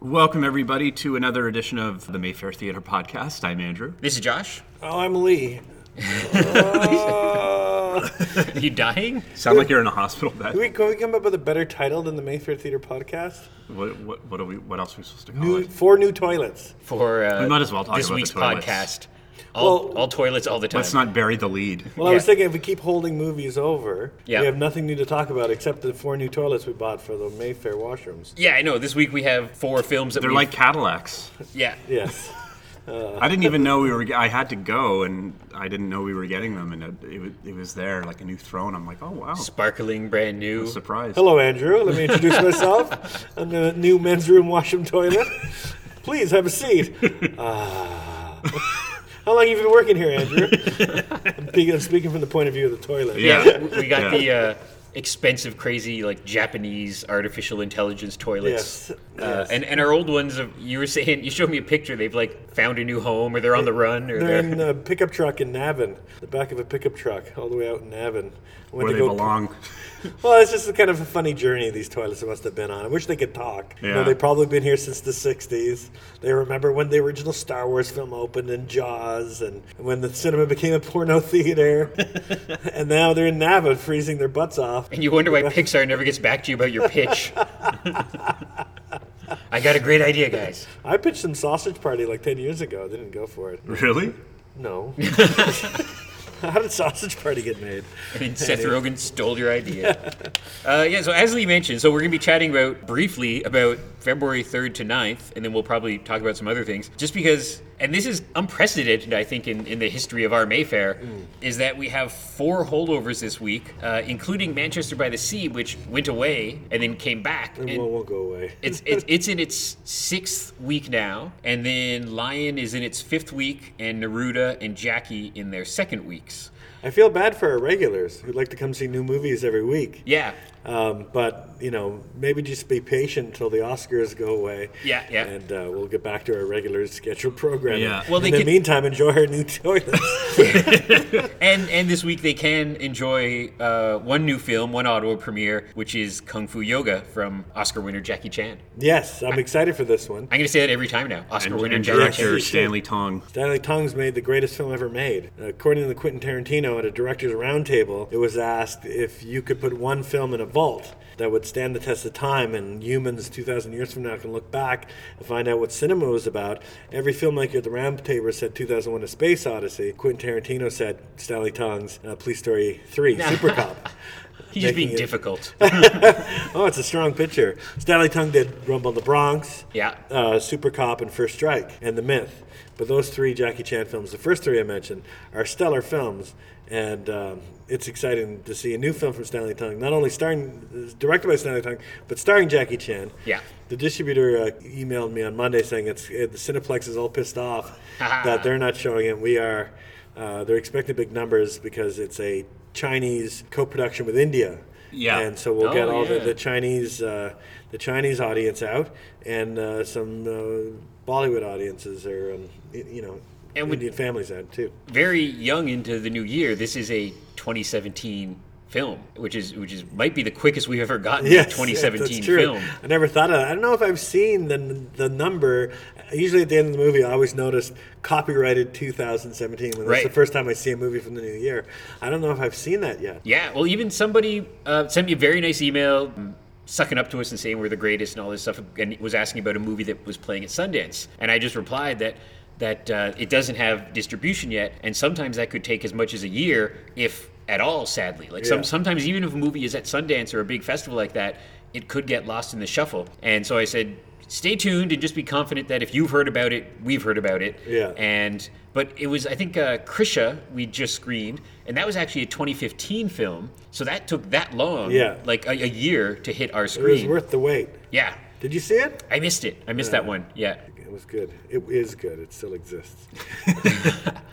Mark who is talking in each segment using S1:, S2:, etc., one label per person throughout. S1: Welcome, everybody, to another edition of the Mayfair Theater Podcast. I'm Andrew.
S2: This is Josh.
S3: Oh, I'm Lee.
S2: Are you dying?
S1: Sound like you're in a hospital bed.
S3: Can we, can we come up with a better title than the Mayfair Theater podcast?
S1: What, what, what, are we, what else are we supposed
S2: Oh,
S1: to call
S3: New,
S1: it?
S3: four new toilets.
S2: For uh,
S1: We might as well talk
S2: this
S1: about the
S2: week's
S1: toilets.
S2: podcast. All,
S3: Well-
S2: all toilets all the time.
S1: Let's not bury the lead.
S3: Well, I was
S2: Yeah.
S3: thinking if we keep holding movies over,
S2: Yeah.
S3: we have nothing new to talk about except the four new toilets we bought for the Mayfair washrooms.
S2: yeah, I know. This week we have four films that
S1: They're
S2: we've-
S1: like Cadillacs.
S2: yeah.
S3: Yes.
S1: I didn't even know we were. ge- I had to go, and I didn't know we were getting them, and it, it, was- it was there like a new throne. I'm like, oh wow,
S2: sparkling brand new.
S1: surprise!
S3: Hello, Andrew. Let me introduce myself. I'm the new men's room washroom toilet. Please have a seat. Ah. How long have you been working here, Andrew? I'm, thinking, I'm speaking from the point of view of the toilet.
S1: Yeah.
S2: We got
S1: Yeah.
S2: the uh, expensive, crazy, like Japanese artificial intelligence toilets.
S3: Yes.
S2: Uh, and, and our old ones, of- you were saying, you showed me a picture. They've like found a new home or they're on the run or
S3: They're in a pickup truck in Navin, the back of a pickup truck, all the way out in Navin. Went
S1: Where
S3: to
S1: they
S3: go-
S1: belong.
S3: Well, it's just a kind of a funny journey these toilets must have been on. I wish they could talk. You know,
S1: Yeah.
S3: they've probably been here since the 60s. They remember when the original Star Wars film opened and Jaws and when the cinema became a porno theater. and now they're in Navin freezing their butts off.
S2: And you wonder why Pixar never gets back to you about your pitch. I got a great idea, guys.
S3: I pitched some sausage party like 10 years ago. They didn't go for it.
S1: Really?
S3: No. How did sausage party get made?
S2: And Seth Rogen stole your idea. uh, yeah, so as Lee mentioned, so we're going to be chatting about briefly about February 3rd to 9th, and then we'll probably talk about some other things. Just because, and this is unprecedented, I think, in, in the history of our Mayfair, is that we have four holdovers this week, uh, including Manchester by the Sea, which went away and then came back.
S3: It
S2: And-
S3: won't, won't go away.
S2: it's, it's it's in its sixth week now, and then Lion is in its fifth week, and Naruda and Jackie in their second weeks.
S3: I feel bad for our regulars who'd like to come see new movies every week.
S2: Yeah,
S3: Um, but you know, maybe just be patient until the Oscars go away.
S2: Yeah, yeah.
S3: And uh, we'll get back to our regular scheduled programming.
S1: Yeah.
S2: Well,
S3: Well,
S2: they
S3: in the
S2: could-
S3: meantime, enjoy our new toilets.
S2: and and this week they can enjoy uh, one new film, one Ottawa premiere, which is Kung Fu Yoga from Oscar winner Jackie Chan.
S3: yes, I'm excited for this one.
S2: I'm gonna say that every time now. Oscar
S1: And,
S2: winner
S1: and
S2: Jackie Chan.
S1: director
S3: Yes, you
S1: Stanley Tong.
S3: Stanley Tong's made the greatest film ever made. According to the Quentin Tarantino at a director's roundtable, it was asked if you could put one film in a vault that would stand the test of time and humans 2,000 years from now can look back and find out what cinema was about. Every filmmaker at the roundtable said 2001 A Space Odyssey. Quentin Tarantino said Stanley Tong's uh, Police Story 3, Super Cop.
S2: He's just being
S3: making it-
S2: difficult.
S3: Oh, it's a strong picture. Stanley Tung did Rumble in the Bronx,
S2: Yeah.
S3: uh, Super Cop, and First Strike, and The Myth. But those three Jackie Chan films, the first three I mentioned, are stellar films, and um, it's exciting to see a new film from Stanley Tung, not only starring, directed by Stanley Tung, but starring Jackie Chan.
S2: Yeah.
S3: The distributor uh, emailed me on Monday saying it's uh, the Cineplex is all pissed off that they're not showing it. We are. Uh, they're expecting big numbers because it's a Chinese co-production with India.
S1: Yeah.
S3: And so we'll get
S2: Oh,
S3: all
S2: yeah.
S3: the, the Chinese uh, the Chinese audience out, and uh, some uh, Bollywood audiences or um, y- you know
S2: And we-
S3: Indian families out too.
S2: Very young into the new year. This is a 2017 film, which is which is might be the quickest we've ever gotten a
S3: Yes, yeah,
S2: 2017
S3: that's true.
S2: film.
S3: I never thought of that. I don't know if I've seen the the number. Usually at the end of the movie, I always notice copyrighted 2017 when
S2: Right.
S3: that's the first time I see a movie from the new year. I don't know if I've seen that yet.
S2: Yeah, well, even somebody uh, sent me a very nice email um, sucking up to us and saying we're the greatest and all this stuff, and was asking about a movie that was playing at Sundance, and I just replied that that uh, it doesn't have distribution yet, and sometimes that could take as much as a year, if at all. Sadly, like some
S3: Yeah.
S2: sometimes even if a movie is at Sundance or a big festival like that, it could get lost in the shuffle. And so I said. Stay tuned and just be confident that if you've heard about it, we've heard about it.
S3: Yeah.
S2: And but it was I think uh, Krisha we just screened, and that was actually a 2015 film. So that took that long,
S3: Yeah.
S2: like a, a year to hit our
S3: It was
S2: screen.
S3: worth the wait.
S2: yeah.
S3: Did you see it?
S2: I missed it. I missed that one. Yeah.
S3: It was good. It is good. It still exists.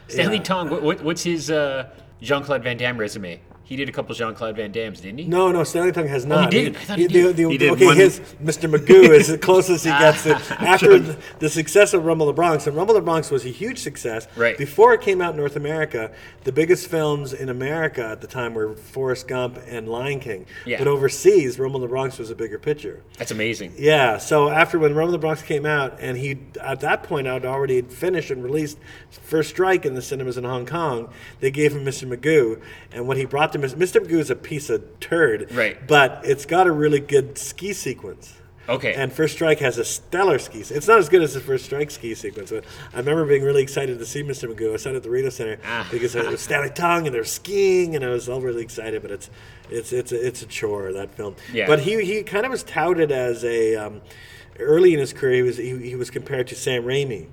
S2: Stanley
S3: Yeah.
S2: Tong. What, what, what's his uh, Jean Claude Van Damme resume? He did a couple Jean Claude Van Damme's, didn't he?
S3: No, no, Stanley Tongue has not.
S2: Oh, he did? I thought he did.
S3: the- the-
S1: He did
S3: okay,
S1: one-
S3: his Mr. Magoo is the closest he gets to after the, the success of Rumble in the Bronx. And Rumble in the Bronx was a huge success.
S2: Right.
S3: Before it came out in North America, the biggest films in America at the time were Forrest Gump and Lion King.
S2: Yeah.
S3: But overseas, Rumble in the Bronx was a bigger picture.
S2: That's amazing.
S3: Yeah. So after when Rumble in the Bronx came out, and he at that point I'd already finished and released First Strike in the cinemas in Hong Kong. They gave him Mr. Magoo, and what he brought to Mr. Mr. Magoo is a piece of turd.
S2: Right.
S3: But it's got a really good ski sequence.
S2: Okay.
S3: And First Strike has a stellar ski. se- It's not as good as the First Strike ski sequence. But I remember being really excited to see Mr. Magoo. I saw it at the Rito Center
S2: Ah.
S3: because it was Stanley Tong and they were skiing, and I was all really excited. But it's it's it's a, it's a chore that film.
S2: Yeah.
S3: But he he kind of was touted as a um, early in his career. He was he, he was compared to Sam Raimi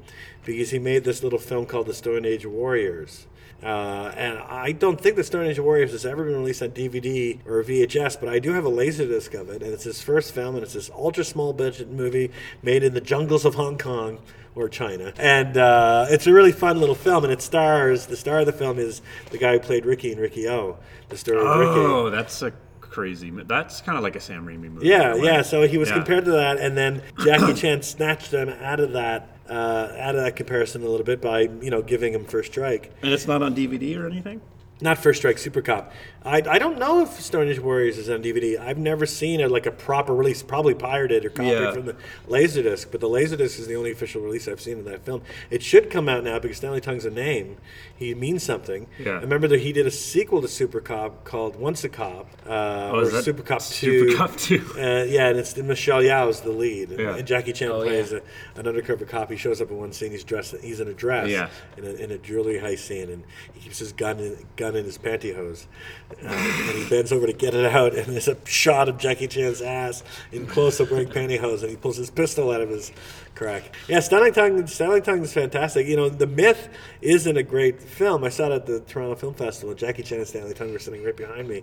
S3: because he made this little film called The Stone Age Warriors. Uh, and I don't think The Stone Age Warriors has ever been released on DVD or VHS, but I do have a Laserdisc of it, and it's his first film, and it's this ultra small budget movie made in the jungles of Hong Kong or China. And uh, it's a really fun little film, and it stars the star of the film is the guy who played Ricky and Ricky O, the story of Ricky.
S1: Oh, that's a crazy. mo- That's kind of like a Sam Raimi movie.
S3: Yeah,
S1: in a way.
S3: yeah. So he was
S1: Yeah.
S3: compared to that, and then Jackie Chan snatched him out of that uh, out of that comparison a little bit by you know giving him First Strike,
S1: And it's not on DVD or anything.
S3: not First Strike, Super Cop. I, I don't know if Stone Age Warriors is on DVD. I've never seen it like a proper release, probably pirated or copied
S1: Yeah.
S3: from the Laserdisc, but the Laserdisc is the only official release I've seen of that film. It should come out now because Stanley Tung's a name; he means something.
S1: Yeah.
S3: I remember that he did a sequel to Super Cop called Once a Cop, uh,
S1: Oh, is
S3: or
S1: that
S3: Super Cop
S1: Super
S3: Two.
S1: Cop 2?
S3: Uh, yeah, and it's Michelle Yao is the lead, and,
S1: Yeah.
S3: and Jackie Chan
S2: Oh,
S3: plays
S2: yeah.
S3: a, an undercover cop. He shows up in one scene. He's dressed. He's in a dress.
S1: Yeah.
S3: In a, in a jewelry heist scene, and he keeps his gun in, gun in his pantyhose, uh, and he bends over to get it out, and there's a shot of Jackie Chan's ass in close up wearing pantyhose, and he pulls his pistol out of his crack. Yeah, Stanley Tong. Stanley Tong is fantastic. You know, the myth isn't a great film. I saw it at the Toronto Film Festival. and Jackie Chan and Stanley Tong were sitting right behind me,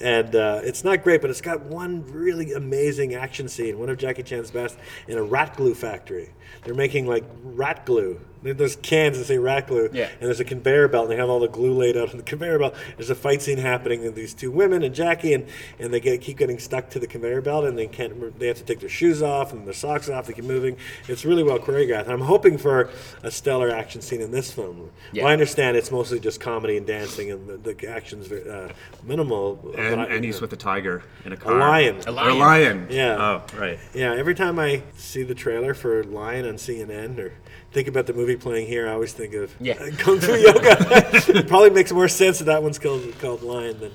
S3: and uh, it's not great, but it's got one really amazing action scene, one of Jackie Chan's best, in a rat glue factory. They're making like rat glue. There- There's cans that say rat glue,
S2: Yeah.
S3: and there's a conveyor belt, and they have all the glue laid out on the conveyor belt. There's a fight scene happening with these two women and Jackie, and, and they get keep getting stuck to the conveyor belt, and they can't. They have to take their shoes off and their socks off. They keep moving. It's really well choreographed. And I'm hoping for a stellar action scene in this film.
S2: Yeah.
S3: Well, I understand it's mostly just comedy and dancing, and the, the action's very, uh, minimal. but
S1: And,
S3: I-
S1: and he's with a tiger in a
S3: a
S1: car.
S3: lion.
S2: A
S1: Or a lion.
S3: Yeah.
S1: Oh, right.
S3: Yeah, every time I see the trailer for Lion on CNN or think about the movie playing here, I always think of
S2: Yeah.
S3: uh, Kung Fu Yoga. it probably makes more sense that that one's called called Lion than.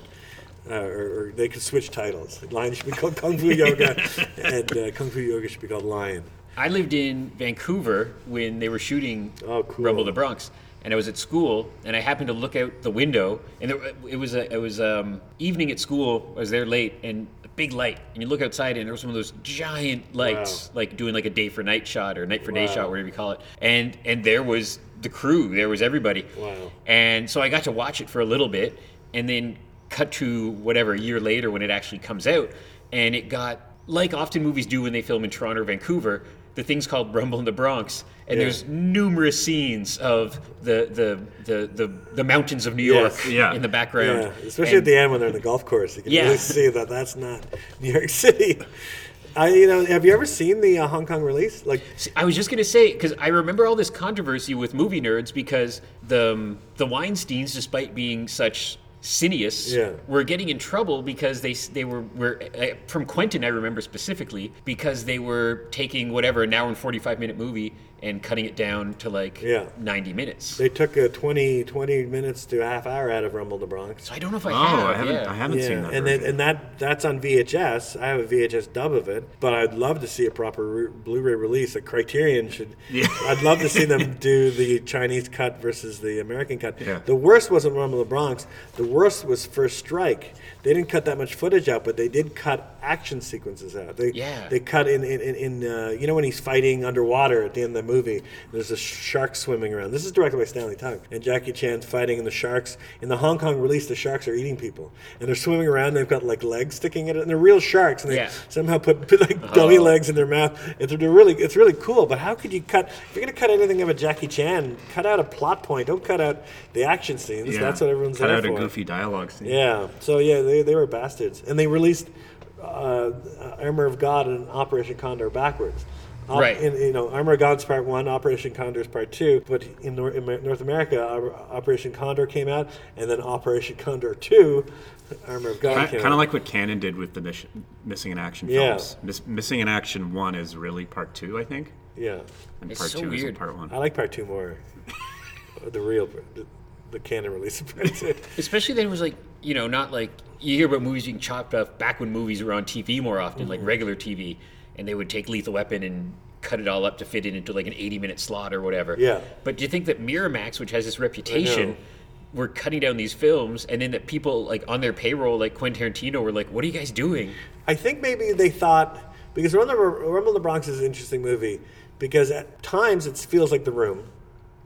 S3: Uh, or, or they could switch titles. Lion should be called Kung Fu Yoga, and uh, Kung Fu Yoga should be called Lion.
S2: I lived in Vancouver when they were shooting
S3: Oh, cool.
S2: Rumble in the Bronx, and I was at school, and I happened to look out the window, and there, it was a, it was um, evening at school. I was there late, and a big light, and you look outside, and there was one of those giant lights, like doing like a day for night shot or night for day shot, whatever you call it, and and there was the crew, there was everybody,
S3: Wow.
S2: and so I got to watch it for a little bit, and then cut to whatever a year later when it actually comes out, and it got like often movies do when they film in Toronto or Vancouver. The thing's called Rumble in the Bronx, and
S3: Yeah.
S2: there's numerous scenes of the the the the, the mountains of New York
S3: Yes,
S1: yeah.
S2: in the
S3: Yeah,
S2: background.
S3: especially at
S2: And-
S3: the end when they're in the golf course, you can
S2: Yeah.
S3: really see that that's not New York City. I, you know, have you ever seen the uh, Hong Kong release? Like,
S2: See, I was just gonna say because I remember all this controversy with movie nerds because the um, the Weinstein's, despite being such cineasts,
S3: Yeah.
S2: were getting in trouble because they s- they were were uh, from Quentin. I remember specifically because they were taking whatever an hour and forty five minute movie and cutting it down to like
S3: Yeah.
S2: ninety minutes.
S3: they took a 20, 20 minutes to a half hour out of Rumble in the Bronx.
S2: so I don't know if I
S1: Oh,
S2: have.
S1: I haven't.
S2: yeah.
S1: I haven't seen that. version.
S3: and then, and that that's on VHS. I have a VHS dub of it, but I'd love to see a proper re- Blu-ray release. A Criterion should.
S1: Yeah.
S3: I'd love to see them do the Chinese cut versus the American cut.
S1: Yeah.
S3: The worst wasn't Rumble in the Bronx. The worst was First Strike. They didn't cut that much footage out, but they did cut action sequences out. They,
S2: Yeah.
S3: They cut in in, in, in uh, you know when he's fighting underwater at the end of the movie. There's a shark swimming around. This is directed by Stanley Tong and Jackie Chan's fighting in the sharks. In the Hong Kong release, the sharks are eating people and they're swimming around. They've got like legs sticking out, and they're real sharks. And they
S2: Yeah.
S3: somehow put, put like
S1: Oh.
S3: dummy legs in their mouth. It's they're really it's really cool. But how could you cut? If you're gonna cut anything of a Jackie Chan, cut out a plot point. Don't cut out the action scenes.
S1: Yeah.
S3: That's what everyone's
S1: Cut
S3: there
S1: out a
S3: for.
S1: goofy goofy dialogue scene.
S3: Yeah. So yeah, they, they were bastards, and they released uh, Armor of God and Operation Condor backwards. Op-
S2: Right.
S3: In, you know, Armor of God's part one, Operation Condor's part two. But in Nor- in North America, Op- Operation Condor came out, and then Operation Condor two, Armor of God came
S1: Kind of
S3: out.
S1: like what Canon did with the mis- missing in action
S3: Yeah.
S1: films. Mis- missing in action one is really part two, I think,
S3: yeah,
S1: and
S2: It's
S1: part
S2: so
S1: two
S2: weird.
S1: is part one.
S3: I like part two more. the real, the, the canon release of part two.
S2: Especially then it was like, you know, not like you hear about movies being chopped up back when movies were on TV more often, like regular TV, and they would take Lethal Weapon and cut it all up to fit it into like an 80 minute slot or whatever.
S3: Yeah.
S2: But do you think that Miramax, which has this reputation, were cutting down these films and then that people like on their payroll, like Quentin Tarantino, were like, what are you guys doing?
S3: I think maybe they thought because Rumble, Rumble in the Bronx is an interesting movie because at times it feels like The Room.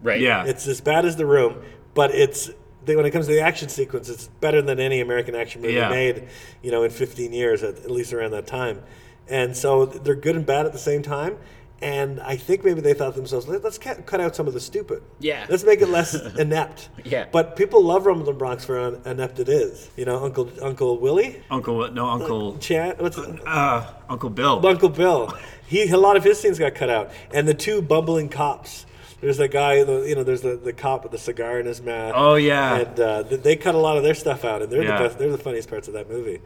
S2: Right?
S1: Yeah.
S3: It's as bad as The Room, but it's they, when it comes to the action sequence, it's better than any American action movie
S1: Yeah.
S3: made, you know, in 15 years at, at least around that time. And so they're good and bad at the same time. And I think maybe they thought to themselves, Let, let's cut cut out some of the stupid.
S2: Yeah.
S3: Let's make it less inept.
S2: Yeah.
S3: But people love Rumble in the Bronx for how inept it is. You know, Uncle Uncle Willie,
S1: Uncle, no, Uncle,
S3: Chan, what's it?
S1: uh, Uncle Bill.
S3: Uncle Bill. He a lot of his scenes got cut out, and the two bumbling cops. There's that guy, the, you know. There's the, the cop with the cigar in his mouth.
S1: Oh, yeah.
S3: and uh, th- they cut a lot of their stuff out, and they're
S1: Yeah.
S3: the best. They're the funniest parts of that movie.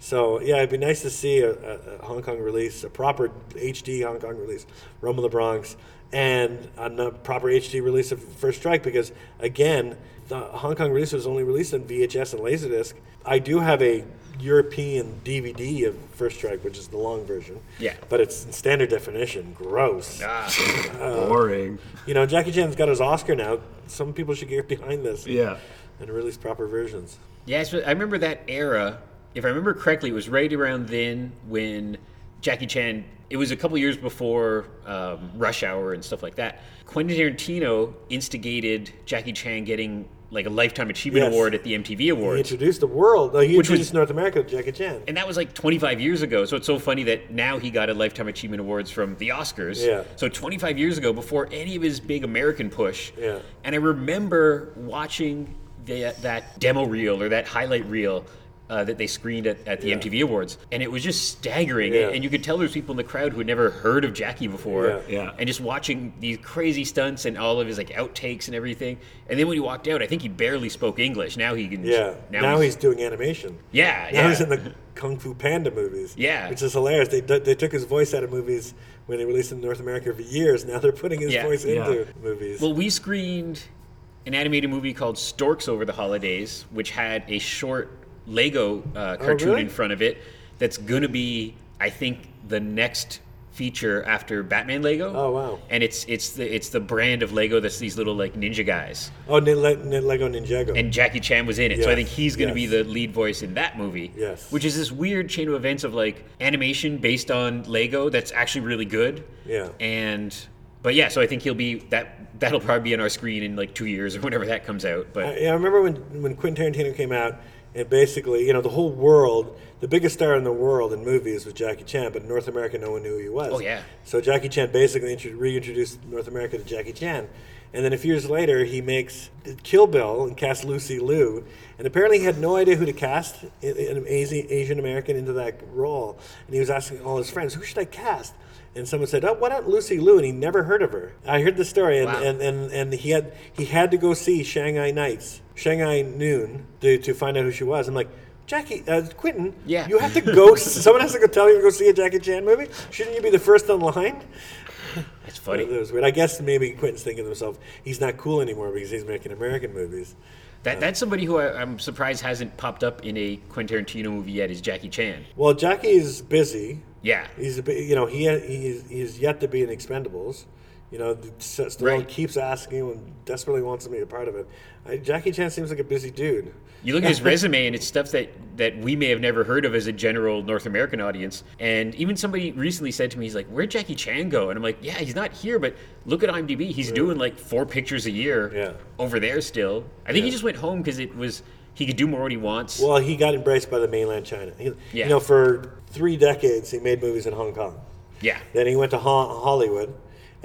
S3: So yeah, it'd be nice to see a, a, a Hong Kong release, a proper HD Hong Kong release, Rumble in the Bronx, and a n- proper HD release of First Strike because again, the Hong Kong release was only released on VHS and Laserdisc. I do have a European DVD of First Strike, which is the long version.
S2: Yeah.
S3: but it's in standard definition. Gross.
S2: Ah,
S3: uh,
S1: Boring.
S3: You know, Jackie Chan's got his Oscar now. Some people should get behind this
S1: Yeah.
S3: and release proper versions.
S2: yeah, so I remember that era. If I remember correctly, it was right around then when Jackie Chan. It was a couple years before um, Rush Hour and stuff like that. Quentin Tarantino instigated Jackie Chan getting like a lifetime achievement
S3: Yes.
S2: award at the MTV
S3: He
S2: Awards,
S3: introduced the world. No, he
S2: Which was-
S3: introduced North America to Jackie Chan.
S2: and that was like 25 years ago. So it's so funny that now he got a lifetime achievement awards from the Oscars.
S3: Yeah.
S2: So 25 years ago, before any of his big American push.
S3: Yeah.
S2: And I remember watching the, that demo reel or that highlight reel uh, that they screened at, at the MTV Awards, and it was just staggering.
S3: Yeah.
S2: And you could tell there's people in the crowd who had never heard of Jackie before,
S3: Yeah.
S1: Yeah.
S2: and just watching these crazy stunts and all of his like outtakes and everything. And then when he walked out, I think he barely spoke English. Now he can.
S3: Yeah. Now, he's, doing animation.
S2: Yeah.
S3: Now
S2: yeah.
S3: he's in the Kung Fu Panda movies.
S2: Yeah.
S3: Which is hilarious. They, d- they took his voice out of movies when they released in North America for years. Now they're putting his
S2: Yeah.
S3: voice
S1: Yeah.
S3: into movies.
S2: Well, we screened an animated movie called Storks over the holidays, which had a short Lego uh, cartoon
S3: Oh, really?
S2: in front of it. That's gonna be, I think, the next feature after Batman Lego.
S3: Oh, wow.
S2: And it's it's the it's the brand of Lego that's these little like ninja guys.
S3: oh, Nin- Le- Nin- Lego Ninjago.
S2: And Jackie Chan was in it, so I
S3: Yes,
S2: think he's going to
S3: yes.
S2: be the lead voice in that movie.
S3: Yes.
S2: Which is this weird chain of events of like animation based on Lego that's actually really good.
S3: Yeah.
S2: And but yeah, so I think he'll be that that'll probably be on our screen in like two years or whenever that comes out. But
S3: I, yeah, I remember when, when Quentin Tarantino came out, and basically, you know, the whole world, the biggest star in the world in movies was Jackie Chan, but in North America, no one knew who he was.
S2: Oh, yeah.
S3: So Jackie Chan basically intro- reintroduced North America to Jackie Chan. And then a few years later, he makes Kill Bill and casts Lucy Liu. And apparently, he had no idea who to cast i- an Asi- Asian American into that role. And he was asking all his friends, who should I cast? And someone said, "Oh, why not Lucy Liu?" And he never heard of her. I heard the story, and,
S2: Wow.
S3: and, and, and he had he had to go see Shanghai Nights, Shanghai Noon, to, to find out who she was. I'm like, Jackie, uh, Quentin,
S2: Yeah.
S3: you have to go. someone has to go tell you to go see a Jackie Chan movie. Shouldn't you be the first in line?
S2: it's
S3: That
S2: funny.
S3: was weird. I guess maybe Quentin's thinking to himself, he's not cool anymore because he's making American movies.
S2: That that's somebody who I, I'm surprised hasn't popped up in a Quentin Tarantino movie yet is Jackie Chan.
S3: Well, Jackie is busy.
S2: Yeah.
S3: He's a bit, you know he he's he's yet to be in Expendables. You know, the- S- Stallone
S2: Right.
S3: keeps asking him and desperately wants him to be a part of it. I, Jackie Chan seems like a busy dude.
S2: You look at his resume, and it's stuff that, that we may have never heard of as a general North American audience. And even somebody recently said to me, he's like, Where'd Jackie Chan go? And I'm like, Yeah, he's not here, but look at IMDb. He's doing like four pictures a year
S3: Yeah.
S2: over there still. I think he just went home because it was, he could do more what he wants.
S3: Well, he got embraced by the mainland China. He,
S2: Yeah.
S3: You know, for three decades he made movies in Hong Kong.
S2: yeah.
S3: Then he went to Ho- Hollywood,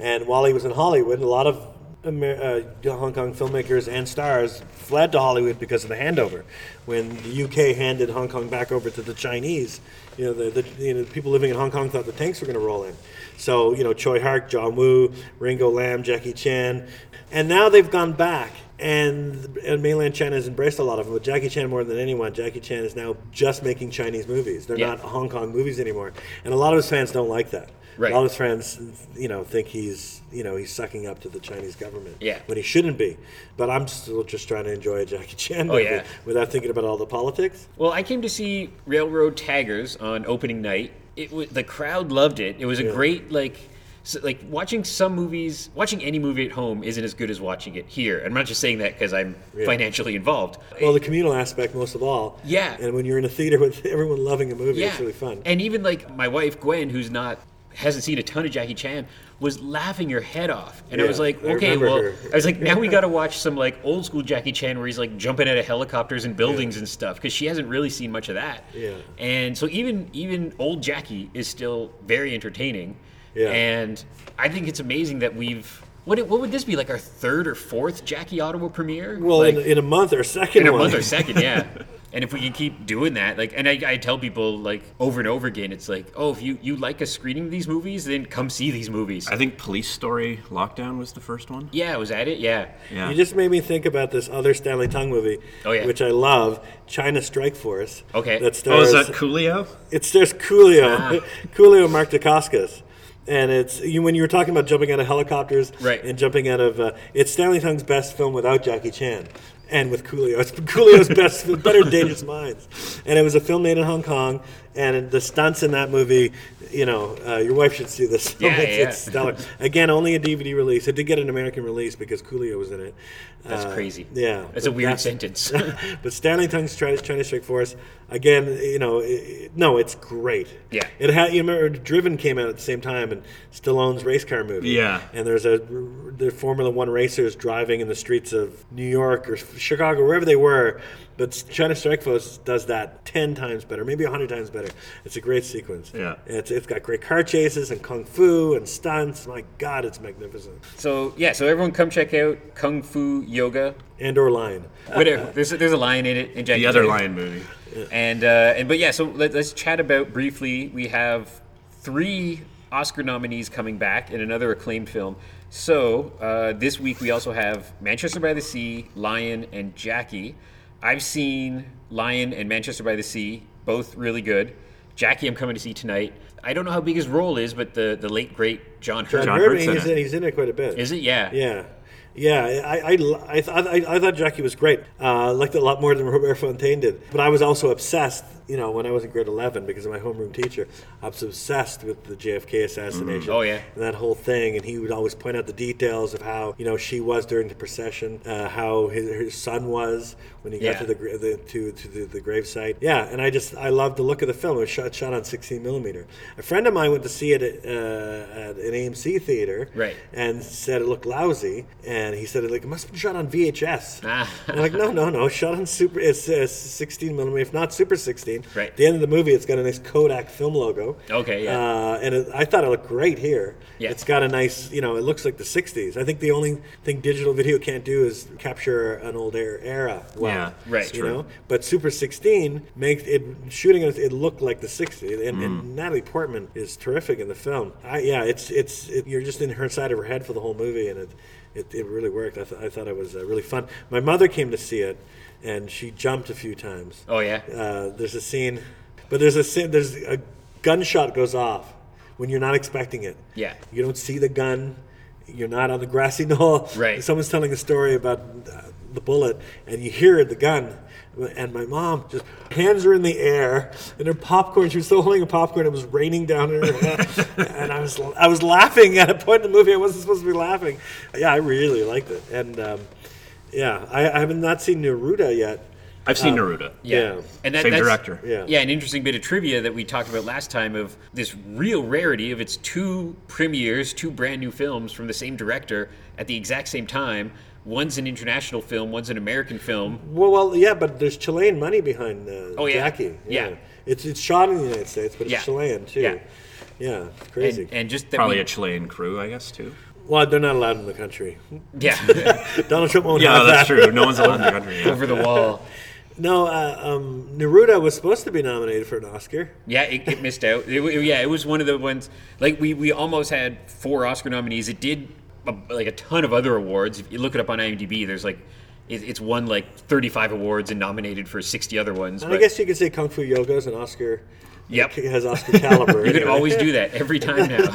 S3: and while he was in Hollywood, a lot of Amer- uh, Hong Kong filmmakers and stars fled to Hollywood because of the handover. When the UK handed Hong Kong back over to the Chinese, you know, the, the you know, people living in Hong Kong thought the tanks were going to roll in. So, you know, Choi Hark, John Woo, Ringo Lam, Jackie Chan, and now they've gone back. And, and mainland China has embraced a lot of them, but Jackie Chan more than anyone. Jackie Chan is now just making Chinese movies. They're
S2: Yeah.
S3: not Hong Kong movies anymore. And a lot of his fans don't like that.
S2: Right.
S3: A lot of his friends, you know, think he's, you know, he's sucking up to the Chinese government
S2: Yeah.
S3: when he shouldn't be. But I'm still just trying to enjoy a Jackie Chan
S2: Oh,
S3: movie
S2: yeah.
S3: without thinking about all the politics.
S2: Well, I came to see Railroad Taggers on opening night. It was the crowd loved it. It was a great like s like watching some movies, watching any movie at home isn't as good as watching it here. I'm not just saying that because I'm financially involved.
S3: Well, the communal aspect most of all.
S2: Yeah.
S3: And when you're in a theater with everyone loving a movie,
S2: yeah,
S3: it's really fun.
S2: And even like my wife Gwen, who's not hasn't seen a ton of Jackie Chan, was laughing her head off. And I
S3: Yeah,
S2: was like,
S3: I
S2: okay,
S3: remember
S2: well,
S3: her.
S2: I was like, now we got to watch some like old school Jackie Chan where he's like jumping out of helicopters and buildings and stuff because she hasn't really seen much of that.
S3: Yeah.
S2: And so even even old Jackie is still very entertaining.
S3: Yeah.
S2: And I think it's amazing that we've. What, what would this be like our third or fourth Jackie Ottawa premiere?
S3: well,
S2: like,
S3: in, in a month or second
S2: in a
S3: one.
S2: month or second, yeah. And if we can keep doing that, like, and I, I tell people like over and over again, it's like, oh, if you you like us screening these movies, then come see these movies.
S1: I think Police Story Lockdown was the first one.
S2: yeah, was that it? Yeah.
S1: Yeah.
S3: You just made me think about this other Stanley Tong movie,
S2: Oh, yeah.
S3: which I love, China Strike Force.
S2: Okay.
S3: That
S1: oh,
S3: stars
S1: is that Coolio?
S3: It's there's Coolio,
S2: Ah.
S3: Coolio Mark Dacascos. And it's you when you were talking about jumping out of helicopters
S2: Right.
S3: and jumping out of uh, it's Stanley Tung's best film without Jackie Chan and with Coolio. It's Coolio's best film, better Dangerous Minds. And it was a film made in Hong Kong and the stunts in that movie, you know, uh, your wife should see this. film.
S2: Yeah,
S3: it's,
S2: yeah.
S3: it's stellar. Again, only a DVD release. It did get an American release because Coolio was in it.
S2: That's
S3: Uh,
S2: crazy.
S3: Yeah.
S2: That's a
S3: but
S2: weird
S3: that's-
S2: sentence.
S3: but Stanley Tung's China, China Strike Force, again, you know, i i- no, it's great.
S2: Yeah.
S3: It had, you remember, Driven came out at the same time and Stallone's race car movie.
S1: Yeah.
S3: And there's a, the Formula One racers driving in the streets of New York or Chicago, wherever they were. But China Strike Force does that 10 times better, maybe 100 times better. It's a great sequence.
S1: Yeah.
S3: It's, it's got great car chases and kung fu and stunts. My God, it's magnificent.
S2: so yeah, so everyone come check out Kung Fu Yoga.
S3: And or line.
S2: Whatever. there's there's a lion in it. In Jackie
S1: The other
S2: Chan.
S1: Lion movie.
S2: And uh, and but yeah, so let, let's chat about briefly. We have three Oscar nominees coming back and another acclaimed film. So uh, this week we also have Manchester by the Sea, Lion, and Jackie. I've seen Lion and Manchester by the Sea, both really good. Jackie, I'm coming to see tonight. I don't know how big his role is, but the the late great John Hurt.
S1: John
S3: Herman,
S1: Hurt's in
S3: Uh, he's,
S1: it.
S3: in, he's in it quite a bit.
S2: Is it? Yeah.
S3: Yeah. Yeah, I, I, I, th- I, th- I thought Jackie was great. Uh, I liked it a lot more than Robert Fontaine did. But I was also obsessed, you know, when I was in grade 11 because of my homeroom teacher. I was obsessed with the JFK assassination.
S2: Oh, yeah.
S3: And that whole thing. And he would always point out the details of how, you know, she was during the procession, uh, how his, her son was when he
S2: Yeah.
S3: got to the, gra- the to, to the, the gravesite. Yeah, and I just, I loved the look of the film. It was shot, shot on 16 millimeter. A friend of mine went to see it at, uh, at an AMC theater
S2: Right.
S3: and said it looked lousy. And he said, like, it must have been shot on VHS.
S2: Ah.
S3: I'm like, no, no, no, shot on super, it's, uh 16 millimeter, if not super 16.
S2: Right.
S3: At the end of the movie, it's got a nice Kodak film logo.
S2: Okay, yeah.
S3: Uh, and it, I thought it looked great here.
S2: Yeah.
S3: It's got a nice, you know, it looks like the 60s. I think the only thing digital video can't do is capture an old era. era well,
S1: Yeah,
S2: Right.
S1: it's
S3: You
S1: true.
S3: know, but Super 16 makes it shooting it, it looked like the 60s, and, and Natalie Portman is terrific in the film. I, yeah, it's it's it, you're just in her side of her head for the whole movie, and it it, it really worked. I, th- I thought it was uh, really fun. My mother came to see it, and she jumped a few times.
S2: Oh yeah.
S3: Uh, there's a scene, but there's a scene. There's a gunshot goes off when you're not expecting it.
S2: Yeah.
S3: You don't see the gun. You're not on the grassy knoll.
S2: Right.
S3: Someone's telling a story about uh, the bullet, and you hear the gun. And my mom just hands are in the air, and her popcorn. She was still holding a popcorn. It was raining down on her head, and I was I was laughing at a point in the movie I wasn't supposed to be laughing. Yeah, I really liked it, and um, yeah, I, I haven't not seen Neruda yet.
S1: I've seen
S3: Uh,
S1: Naruto.
S2: Yeah.
S3: Yeah.
S2: And that,
S1: Same
S2: that's,
S1: director.
S2: Yeah.
S3: Yeah.
S2: an interesting bit of trivia that we talked about last time of this real rarity of its two premieres, two brand new films from the same director at the exact same time. One's an international film, one's an American film.
S3: Well, well, yeah, but there's Chilean money behind uh,
S2: Oh, yeah.
S3: Jackie.
S2: Yeah.
S3: it's it's shot in the United States, but it's
S2: Yeah.
S3: Chilean too.
S2: Yeah.
S3: Yeah, it's crazy.
S2: And, and just that
S1: Probably
S2: we-
S1: a Chilean crew, I guess, too.
S3: Well, they're not allowed in the country.
S2: Yeah,
S3: Donald Trump won't
S1: Yeah,
S3: have
S1: that's
S3: that.
S1: true. No one's allowed in the country. yeah.
S2: over the wall.
S3: No, uh, um, Neruda was supposed to be nominated for an Oscar.
S2: Yeah, it, it missed out. It, w- yeah, it was one of the ones like we we almost had four Oscar nominees. It did uh, like a ton of other awards. If you look it up on IMDb, there's like it, it's won like 35 awards and nominated for 60 other ones.
S3: And
S2: but
S3: I guess you could say Kung Fu Yoga is an Oscar.
S2: Yep.
S3: It has Oscar caliber.
S2: you can always do that every time now.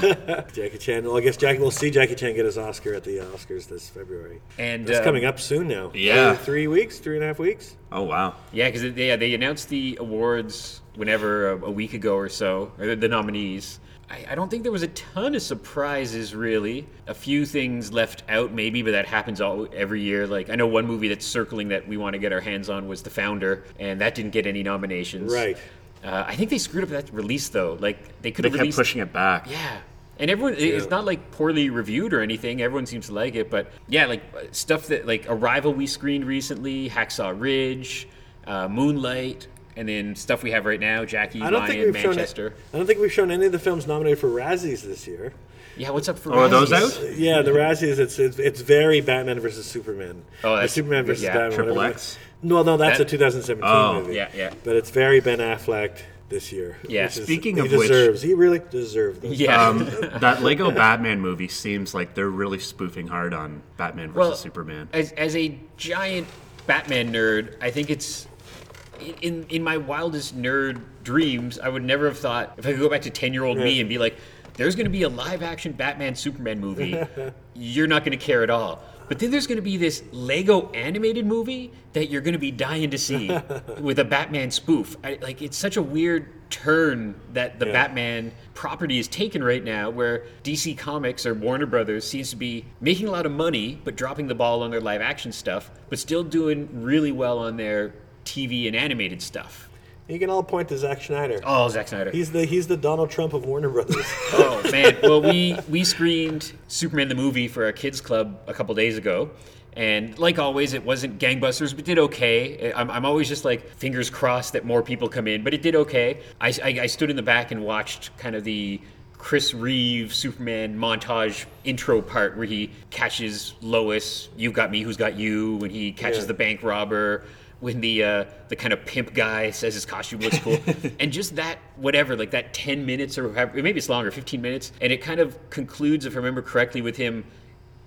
S3: Jackie Chan. Well, I guess Jackie. We'll see Jackie Chan get his Oscar at the uh, Oscars this February.
S2: And
S3: It's
S2: um,
S3: coming up soon now.
S1: Yeah.
S3: Three, three weeks, three and a half weeks.
S1: Oh wow.
S2: Yeah, because yeah, they announced the awards whenever uh, a week ago or so, or the- the nominees. I, I don't think there was a ton of surprises really. A few things left out maybe, but that happens all every year. Like I know one movie that's circling that we want to get our hands on was The Founder, and that didn't get any nominations.
S3: Right.
S2: Uh, I think they screwed up that release though. Like they could
S1: They
S2: have
S1: kept
S2: released.
S1: pushing it back.
S2: Yeah. And everyone, it- it's not like poorly reviewed or anything. Everyone seems to like it, but yeah, like uh, stuff that like Arrival we screened recently, Hacksaw Ridge, uh, Moonlight, and then stuff we have right now, Jackie,
S3: I don't
S2: Lion,
S3: think we've
S2: Manchester.
S3: shown. I don't think we've shown any of the films nominated for Razzies this year.
S2: Yeah, what's up for?
S1: Oh, are those
S2: Razzies?
S1: out?
S3: Yeah, the Razzies. It's it's, it's very Batman versus Superman.
S2: Oh,
S3: Or
S2: that's-
S3: Superman versus
S2: yeah,
S3: Batman.
S1: Triple
S3: whatever.
S1: X?
S3: No, no, that's
S2: That-
S3: a 2017
S1: Oh,
S3: movie.
S2: yeah, yeah.
S3: But it's very Ben Affleck this year.
S2: Yeah.
S3: which is-
S1: Speaking
S3: he
S1: of which-
S3: deserves, he really deserved this.
S2: Yeah.
S1: Um, that Lego Batman movie seems like they're really spoofing hard on Batman versus Superman.
S2: As, as a giant Batman nerd, I think it's in in my wildest nerd dreams, I would never have thought if I could go back to ten year old me and be like, "There's going to be a live action Batman Superman movie. you're not going to care at all." But then there's going to be this Lego animated movie that you're going to be dying to see with a Batman spoof. I, like it's such a weird turn that the Batman property is taken right now where DC Comics or Warner Brothers seems to be making a lot of money but dropping the ball on their live action stuff but still doing really well on their TV and animated stuff.
S3: You can all point to Zack Schneider.
S2: Oh, Zack Snyder.
S3: He's the he's the Donald Trump of Warner Brothers.
S2: oh man. Well, we we screened Superman the movie for our kids club a couple days ago. And like always, it wasn't gangbusters, but did okay. I'm, I'm always just like fingers crossed that more people come in, but it did okay. I, I, I stood in the back and watched kind of the Chris Reeve Superman montage intro part where he catches Lois, You've Got Me, Who's Got You, when he catches
S3: Yeah.
S2: the bank robber, when the uh, the kind of pimp guy says his costume looks cool, and just that whatever, like that ten minutes or however, maybe it's longer, fifteen minutes, and it kind of concludes, if I remember correctly, with him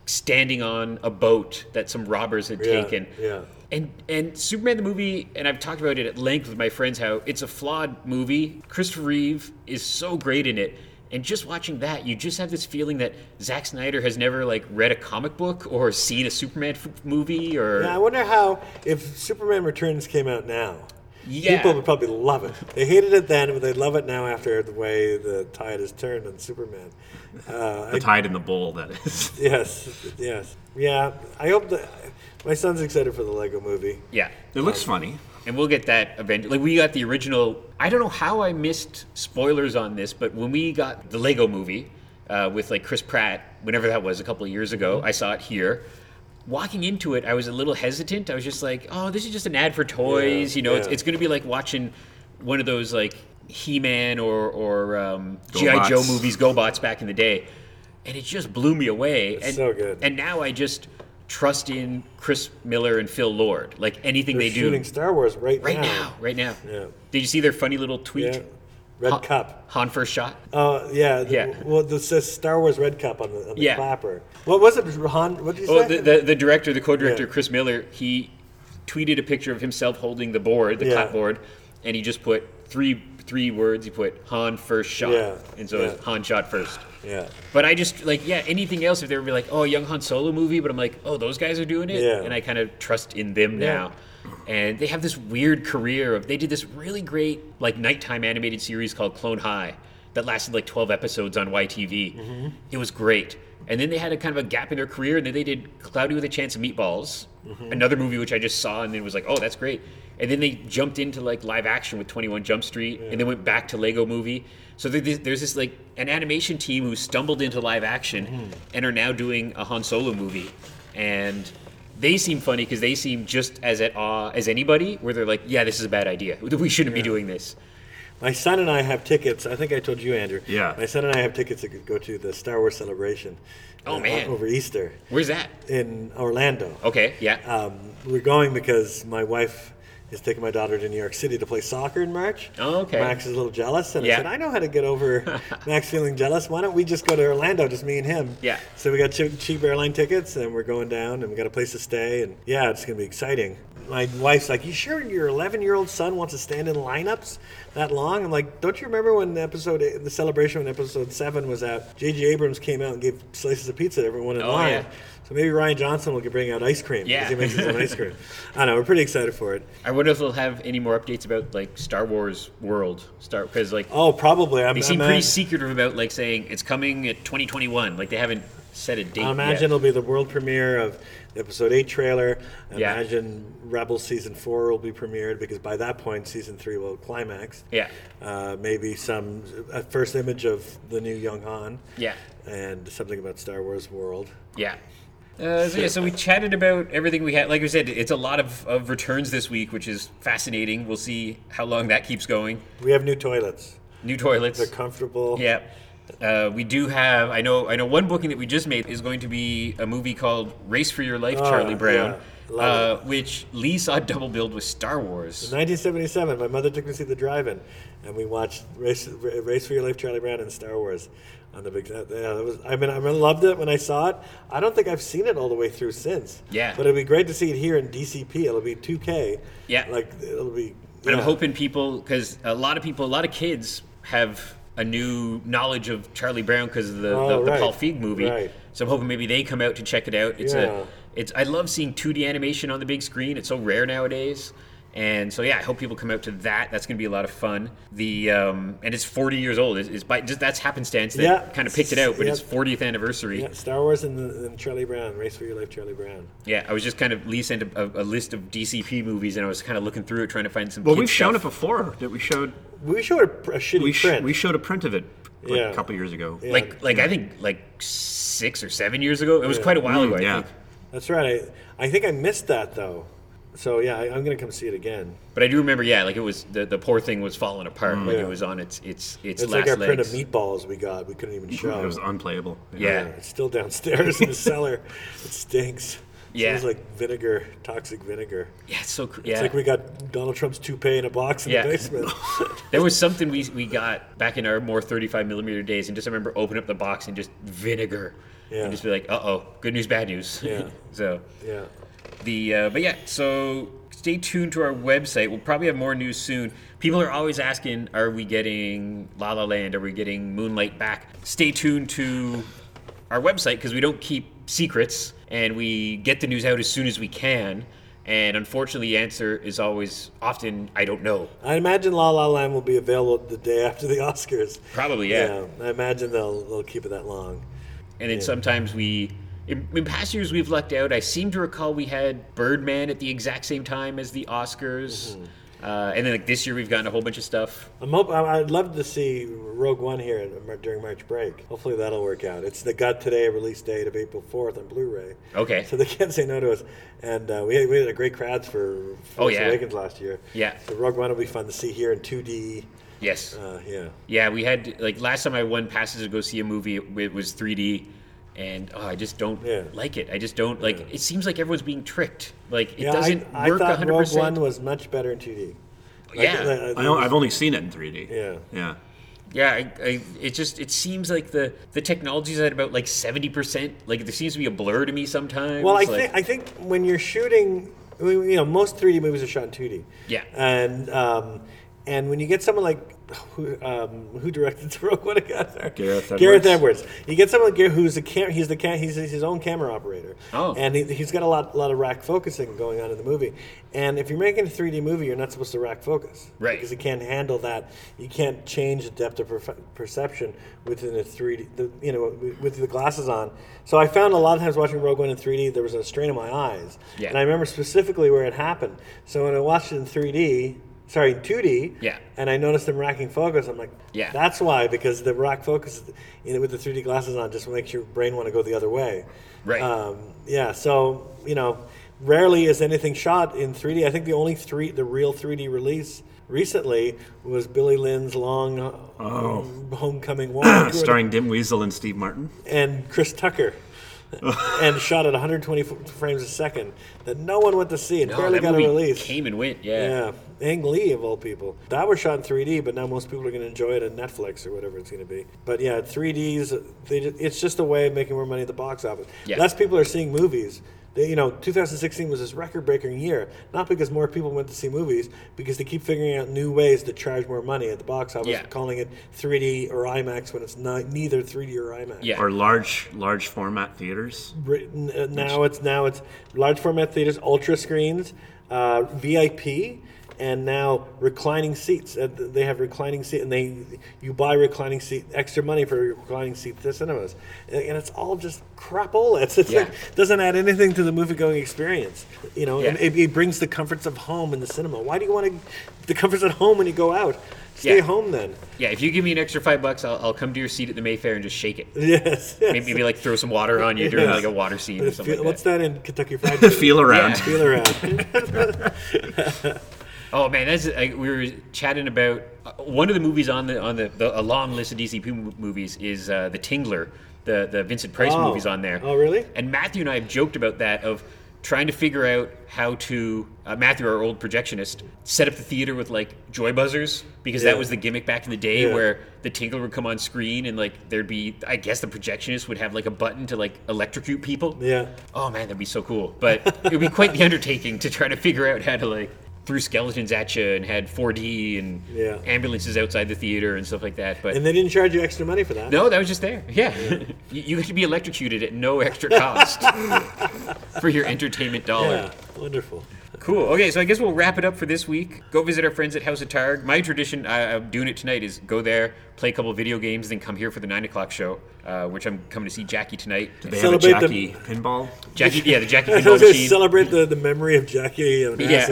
S2: standing on a boat that some robbers had
S3: Yeah,
S2: taken.
S3: yeah.
S2: And and Superman the movie, and I've talked about it at length with my friends how it's a flawed movie. Christopher Reeve is so great in it. And just watching that, you just have this feeling that Zack Snyder has never like read a comic book or seen a Superman f- movie or
S3: Now, I wonder how if Superman Returns came out now,
S2: Yeah.
S3: people would probably love it. They hated it then, but they love it now after the way the tide has turned on Superman. Uh,
S1: the tide in the bowl, that is.
S3: yes, yes, yeah. I hope that my son's excited for the Lego Movie.
S2: yeah.
S1: It looks funny.
S2: And we'll get that eventually. Like we got the original. I don't know how I missed spoilers on this, but when we got the Lego Movie uh, with like Chris Pratt, whenever that was, a couple of years ago, I saw it here. Walking into it, I was a little hesitant. I was just like, "Oh, this is just an ad for toys."
S3: Yeah,
S2: you know, it's,
S3: yeah.
S2: it's going to be like watching one of those like He-Man or or um, GI
S1: GoBots.
S2: Joe movies, GoBots back in the day, and it just blew me away. and,
S3: so good.
S2: And now I just trust in Chris Miller and Phil Lord. Like anything
S3: They're
S2: they do,
S3: shooting Star Wars right,
S2: Right now, right now.
S3: Yeah.
S2: Did you see their funny little tweet?
S3: Yeah. Red
S2: Han,
S3: Cup.
S2: Han first shot.
S3: Oh yeah, the-
S2: Yeah.
S3: Well, this says Star Wars Red Cup on the, on the
S2: Yeah.
S3: clapper. What was it, Han? What did you
S2: Oh,
S3: say?
S2: the, the, the director, the co-director,
S3: Yeah.
S2: Chris Miller, he tweeted a picture of himself holding the board, the
S3: Yeah.
S2: clapboard, and he just put three three words. He put Han first shot,
S3: Yeah.
S2: and so it's
S3: Yeah.
S2: Han shot first.
S3: yeah.
S2: But I just like yeah, anything else if they were be like, oh, a young Han Solo movie, but I'm like, oh, those guys are doing it,
S3: Yeah.
S2: and I kind of trust in them
S3: Yeah.
S2: now. And they have this weird career of they did this really great like nighttime animated series called Clone High that lasted like 12 episodes on YTV. It was great. And then they had a kind of a gap in their career, and then they did Cloudy with a Chance of Meatballs, another movie which I just saw, and then was like, oh, that's great. And then they jumped into like live action with 21 Jump Street, and then went back to Lego Movie. So there- there's there's this like an animation team who stumbled into live action and are now doing a Han Solo movie, and they seem funny because they seem just as at awe as anybody. Where they're like, yeah, this is a bad idea. We shouldn't be doing this.
S3: My son and I have tickets. I think I told you, Andrew.
S1: Yeah.
S3: My son and I have tickets to go to the Star Wars celebration.
S2: Oh,
S3: uh,
S2: man.
S3: Over Easter
S2: Where's that?
S3: in Orlando.
S2: Okay, yeah.
S3: Um, we're going because my wife is taking my daughter to New York City to play soccer in March.
S2: Oh, okay.
S3: Uh, Max is a little jealous, and
S2: Yeah.
S3: I said, I know how to get over Max feeling jealous. Why don't we just go to Orlando, just me and him?
S2: Yeah.
S3: So we got cheap, cheap airline tickets, and we're going down, and we got a place to stay, and yeah, it's gonna be exciting. My wife's like, "You sure your 11 year old son wants to stand in lineups that long?" I'm like, "Don't you remember when episode eight, the celebration when episode seven was out? J.J. Abrams came out and gave slices of pizza to everyone in
S2: Oh,
S3: line."
S2: yeah.
S3: So maybe Ryan Johnson will bring out ice cream
S2: Yeah.
S3: because he makes his own ice cream. I know we're pretty excited for it.
S2: I wonder if we'll have any more updates about like Star Wars World Star because like
S3: Oh, probably. I'm,
S2: they seem
S3: I'm-
S2: pretty secretive about like saying it's coming at 2021. Like they haven't set a date.
S3: I
S2: yet.
S3: imagine it'll be the world premiere of the episode eight trailer. I
S2: Yeah.
S3: imagine Rebel season four will be premiered because by that point season three will climax.
S2: Yeah.
S3: Uh, maybe some a first image of the new young Han.
S2: Yeah.
S3: And something about Star Wars World.
S2: Yeah. Uh, so, yeah, so we chatted about everything we had. Like we said, it's a lot of, of returns this week, which is fascinating. We'll see how long that keeps going.
S3: We have new toilets.
S2: New toilets.
S3: They're comfortable.
S2: Yeah. Uh, we do have. I know. I know. One booking that we just made is going to be a movie called "Race for Your Life," Charlie Brown,
S3: Oh, yeah.
S2: uh,
S3: Love
S2: which Lee saw double billed with Star Wars.
S3: 1977, my mother took me to see the drive-in, and we watched Race, Ra- Race for Your Life, Charlie Brown, and Star Wars. On the big, yeah, that was, I mean, I mean, loved it when I saw it. I don't think I've seen it all the way through since.
S2: Yeah.
S3: But it'll be great to see it here in DCP. It'll be 2K.
S2: Yeah.
S3: Like it'll be.
S2: But I'm
S3: yeah.
S2: hoping people, because a lot of people, a lot of kids have a new knowledge of Charlie Brown because of the,
S3: Oh,
S2: the, the
S3: right.
S2: Paul Feig movie.
S3: Right.
S2: So I'm hoping maybe they come out to check it out. It's
S3: Yeah.
S2: a, it's. I love seeing 2D animation on the big screen. It's so rare nowadays. And so yeah, I hope people come out to that. That's going to be a lot of fun. The um, and it's 40 years old. It's, it's by just that's happenstance that
S3: Yeah.
S2: kind of picked it out, but it's
S3: Yep.
S2: 40th anniversary.
S3: Yeah, Star Wars and, the, and Charlie Brown, Race for Your Life, Charlie Brown.
S2: Yeah, I was just kind of Lee sent a, a, a list of DCP movies, and I was kind of looking through it trying to find some.
S1: Well,
S2: kid
S1: we've shown it
S2: stuff.
S1: before. That we showed
S3: We showed a, pr- a shitty
S1: we, sh-
S3: print.
S1: we showed a print of it like,
S3: Yeah.
S1: a couple years ago.
S3: Yeah.
S2: like like I think like six or seven years ago. It was quite a while ago. I
S1: Mm, yeah.
S2: think.
S3: That's right. I, I think I missed that though. So yeah, I, I'm gonna come see it again.
S2: But I do remember, yeah, like it was the, the poor thing was falling apart. Like
S3: Mm. Yeah.
S2: it was on its its its,
S3: It's
S2: last
S3: like our print of
S2: legs.
S3: meatballs we got. We couldn't even show.
S1: It was unplayable.
S2: Yeah.
S3: Yeah, it's still downstairs in the cellar. It stinks. It
S2: Yeah.
S3: smells like vinegar, toxic vinegar.
S2: Yeah, it's so cr- yeah.
S3: It's like we got Donald Trump's toupee in a box in
S2: Yeah.
S3: the basement.
S2: there was something we we got back in our more 35 millimeter days, and just I remember opening up the box and just vinegar,
S3: Yeah.
S2: and just be like, uh oh, good news, bad news.
S3: Yeah.
S2: so
S3: yeah.
S2: the uh, but yeah so stay tuned to our website we'll probably have more news soon people are always asking are we getting la la land are we getting moonlight back stay tuned to our website because we don't keep secrets and we get the news out as soon as we can and unfortunately the answer is always often i don't know
S3: I imagine La La Land will be available the day after the Oscars.
S2: Probably, yeah.
S3: I imagine they'll they'll keep it that long.
S2: and then sometimes we in, in past years we've lucked out i seem to recall we had birdman at the exact same time as the oscars uh, and then like this year we've gotten a whole bunch of stuff
S3: I'm hope, I- I'd love to see Rogue One here in- mar- during March break. Hopefully that'll work out. It's the got today release date of April 4th on Blu-ray.
S2: Okay.
S3: So they can't say no to us. And uh, we, had, we had a great crowds for Force
S2: Oh, yeah.
S3: Awakens last year.
S2: Yeah.
S3: So Rogue One will be fun to see here in 2D.
S2: Yes.
S3: Uh, yeah.
S2: yeah, we had like last time I won passes to go see a movie, it, it was 3D, and oh, I just don't
S3: Yeah.
S2: like it. I just don't like. It seems like everyone's being tricked. Like it
S3: yeah,
S2: doesn't
S3: I,
S2: work
S3: I thought
S2: 100.
S3: Rogue
S2: percent
S3: One was much better in 2D.
S2: Yeah.
S1: I know, I've only seen it in 3D.
S3: Yeah.
S1: Yeah.
S2: Yeah, I, I, it just it seems like the the technology's at about like 70 percent. Like there seems to be a blur to me sometimes.
S3: Well, I
S2: like,
S3: think I think when you're shooting, I mean, you know, most 3D movies are shot in 2D.
S2: Yeah.
S3: And um, and when you get someone like who, um, who directed the Rogue One again?
S1: Gareth Edwards.
S3: Gareth Edwards. You get someone like Gareth who's a cam- he's the ca- he's his own camera operator.
S2: Oh.
S3: And he, he's got a lot lot of rack focusing going on in the movie. And if you're making a 3D movie, you're not supposed to rack focus.
S2: Right.
S3: Because it can't handle that. You can't change the depth of perf- perception within a 3D, the, you know, with the glasses on. So I found a lot of times watching Rogue One in 3D, there was a strain in my eyes.
S2: Yeah.
S3: And I remember specifically where it happened. So when I watched it in 3D, sorry, in 2D,
S2: Yeah.
S3: and I noticed them racking focus, I'm like,
S2: Yeah.
S3: that's why, because the rack focus you know, with the 3D glasses on just makes your brain want to go the other way.
S2: Right.
S3: Um, yeah, so, you know, rarely is anything shot in 3D. I think the only three, the real 3D release recently was Billy Lynn's long uh,
S2: Oh.
S3: homecoming walk, or
S1: Starring Dim Weasel and Steve Martin.
S3: and Chris Tucker. and shot at 120 f- frames a second that no one went to see and
S2: No,
S3: barely
S2: oh, that
S3: got a
S2: movie
S3: release.
S2: Came and went, yeah.
S3: yeah, Ang Lee of all people. That was shot in 3D, but now most people are going to enjoy it on Netflix or whatever it's going to be. But yeah, 3Ds. They, ju- it's just a way of making more money at the box office.
S2: Yeah.
S3: Less people are seeing movies. They, you know, 2016 was this record-breaking year, not because more people went to see movies, because they keep figuring out new ways to charge more money at the box office,
S2: Yeah.
S3: calling it 3D or IMAX when it's not neither 3D or IMAX.
S2: Yeah.
S1: Or large, large format theaters.
S3: Britain, uh, now it's now it's large format theaters, ultra screens, uh, VIP, and now reclining seats. Uh, th- they have reclining seat, and they you buy reclining seat extra money for reclining seat to cinemas, and, and it's all just crapola. It's, it's
S2: Yeah.
S3: like, doesn't add anything to the movie going experience. You know, and
S2: Yeah.
S3: it, it brings the comforts of home in the cinema. Why do you want to the comforts at home when you go out? Stay
S2: Yeah.
S3: home then.
S2: Yeah, if you give me an extra five bucks, I'll, I'll come to your seat at the Mayfair and just shake it.
S3: Yes. yes.
S2: Maybe, maybe like throw some water on you during
S3: Yes.
S2: like a water scene or something like
S3: What's
S2: that.
S3: that in Kentucky Fried? Chicken?
S1: Feel around.
S2: Yeah.
S3: Feel around.
S2: Oh man, that's like, we were chatting about uh, one of the movies on the on the, the a long list of DCP mo- movies is uh, the Tingler, the the Vincent Price
S3: Oh.
S2: movies on there.
S3: Oh, really?
S2: And Matthew and I have joked about that of trying to figure out how to uh, Matthew, our old projectionist, set up the theater with like joy buzzers because
S3: Yeah.
S2: that was the gimmick back in the day
S3: Yeah.
S2: where the Tingler would come on screen and like there'd be I guess the projectionist would have like a button to like electrocute people.
S3: Yeah.
S2: Oh man, that'd be so cool. But it would be quite the undertaking to try to figure out how to like threw skeletons at you and had 4D and
S3: Yeah.
S2: ambulances outside the theater and stuff like that. But
S3: And they didn't charge you extra money for that.
S2: no, that was just there. Yeah, you, you could be electrocuted at no extra cost for your entertainment dollar.
S3: Yeah, wonderful.
S2: Cool. Okay, so I guess we'll wrap it up for this week. Go visit our friends at House of Targ. My tradition, I, I'm doing it tonight, is go there, play a couple video games, then come here for the nine o'clock show, uh, which I'm coming to see Jackie tonight.
S1: They
S3: Celebrate
S1: have a
S3: the-
S1: Jackie pinball.
S2: Jackie, yeah, the Jackie
S3: I
S2: pinball
S3: was going
S2: machine.
S3: to celebrate the, the memory of Jackie and
S2: Yeah.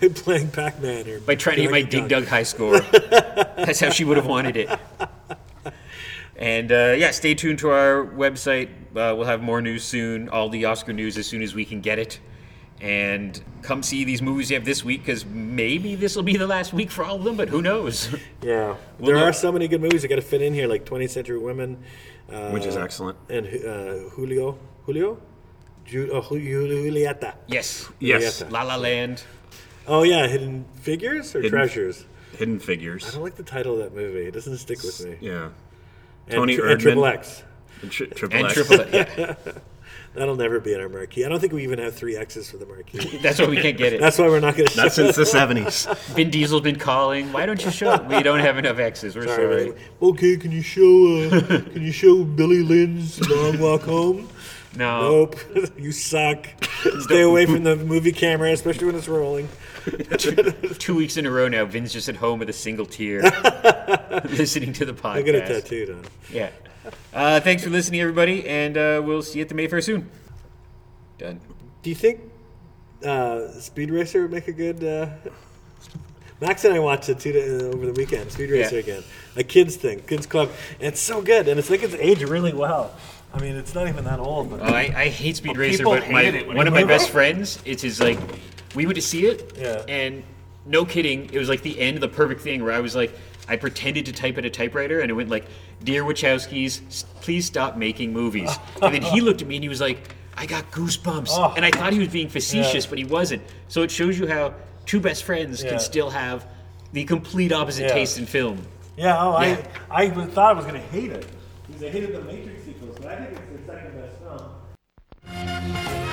S3: by playing Pac Man or
S2: by trying to get my
S3: Donkey
S2: Dig
S3: Kong.
S2: Dug high score. That's how she would have wanted it. And uh, yeah, stay tuned to our website. Uh, we'll have more news soon, all the Oscar news as soon as we can get it. And come see these movies you have this week because maybe this will be the last week for all of them, but who knows?
S3: Yeah,
S2: Well,
S3: there
S2: no-
S3: are so many good movies that got to fit in here, like 20th Century Women, uh,
S1: Which is excellent.
S3: and uh, Julio, Julio, Ju- oh, Ju- Ju- Julieta.
S2: Yes.
S1: Yes.
S2: La La Land.
S3: Oh yeah, Hidden Figures or
S1: Hidden-
S3: Treasures.
S1: Hidden
S3: I
S1: Figures.
S3: don't like the title of that movie. It doesn't stick with me.
S1: Yeah.
S3: And
S1: Tony
S3: Tri- and Triple
S1: Erdman.
S3: X.
S1: And tri- triple
S2: And
S1: X.
S2: Triple Yeah,
S3: That'll never be in our marquee. I don't think we even have three X's for the marquee.
S2: that's why we can't get it.
S3: That's why we're not going to.
S1: That's since the seventies.
S2: Vin Diesel's been calling. Why don't you show it? We don't have enough X's. We're sorry.
S3: Sorry. Okay, can you show uh, can you show Billy Lynn's Long Walk Home?
S2: No.
S3: Nope, you suck. Stay away from the movie camera, especially when it's rolling.
S2: Two weeks in a row now, Vin's just at home with a single tear, listening to the podcast.
S3: I got a tattoo done.
S2: Yeah. Uh, thanks for listening, everybody, and uh, we'll see you at the Mayfair soon. Done.
S3: Do you think uh, Speed Racer would make a good? Uh... Max and I watched it too uh, over the weekend. Speed Racer
S2: Yeah.
S3: again, a kids thing, kids club, and it's so good, and it's like it's aged really well. I mean, it's not even that old. But
S2: Oh, I, I hate Speed Racer,
S1: people
S2: but my,
S1: hated it when
S2: one
S1: it
S2: of my
S1: came
S2: best
S1: out.
S2: friends, it's his like, we went to see it,
S3: Yeah.
S2: and no kidding, it was like the end of the perfect thing where I was like, I pretended to type at a typewriter, and it went like, "Dear Wachowskis, s- please stop making movies." and then he looked at me and he was like, "I got goosebumps,"
S3: Oh.
S2: and I thought he was being facetious, but he wasn't. So it shows you how two best friends
S3: Yeah.
S2: can still have the complete opposite
S3: Yeah.
S2: taste in film.
S3: yeah, oh,
S2: Yeah.
S3: I I thought I was gonna hate it because I hated the Matrix sequels, but I think it's the second best film.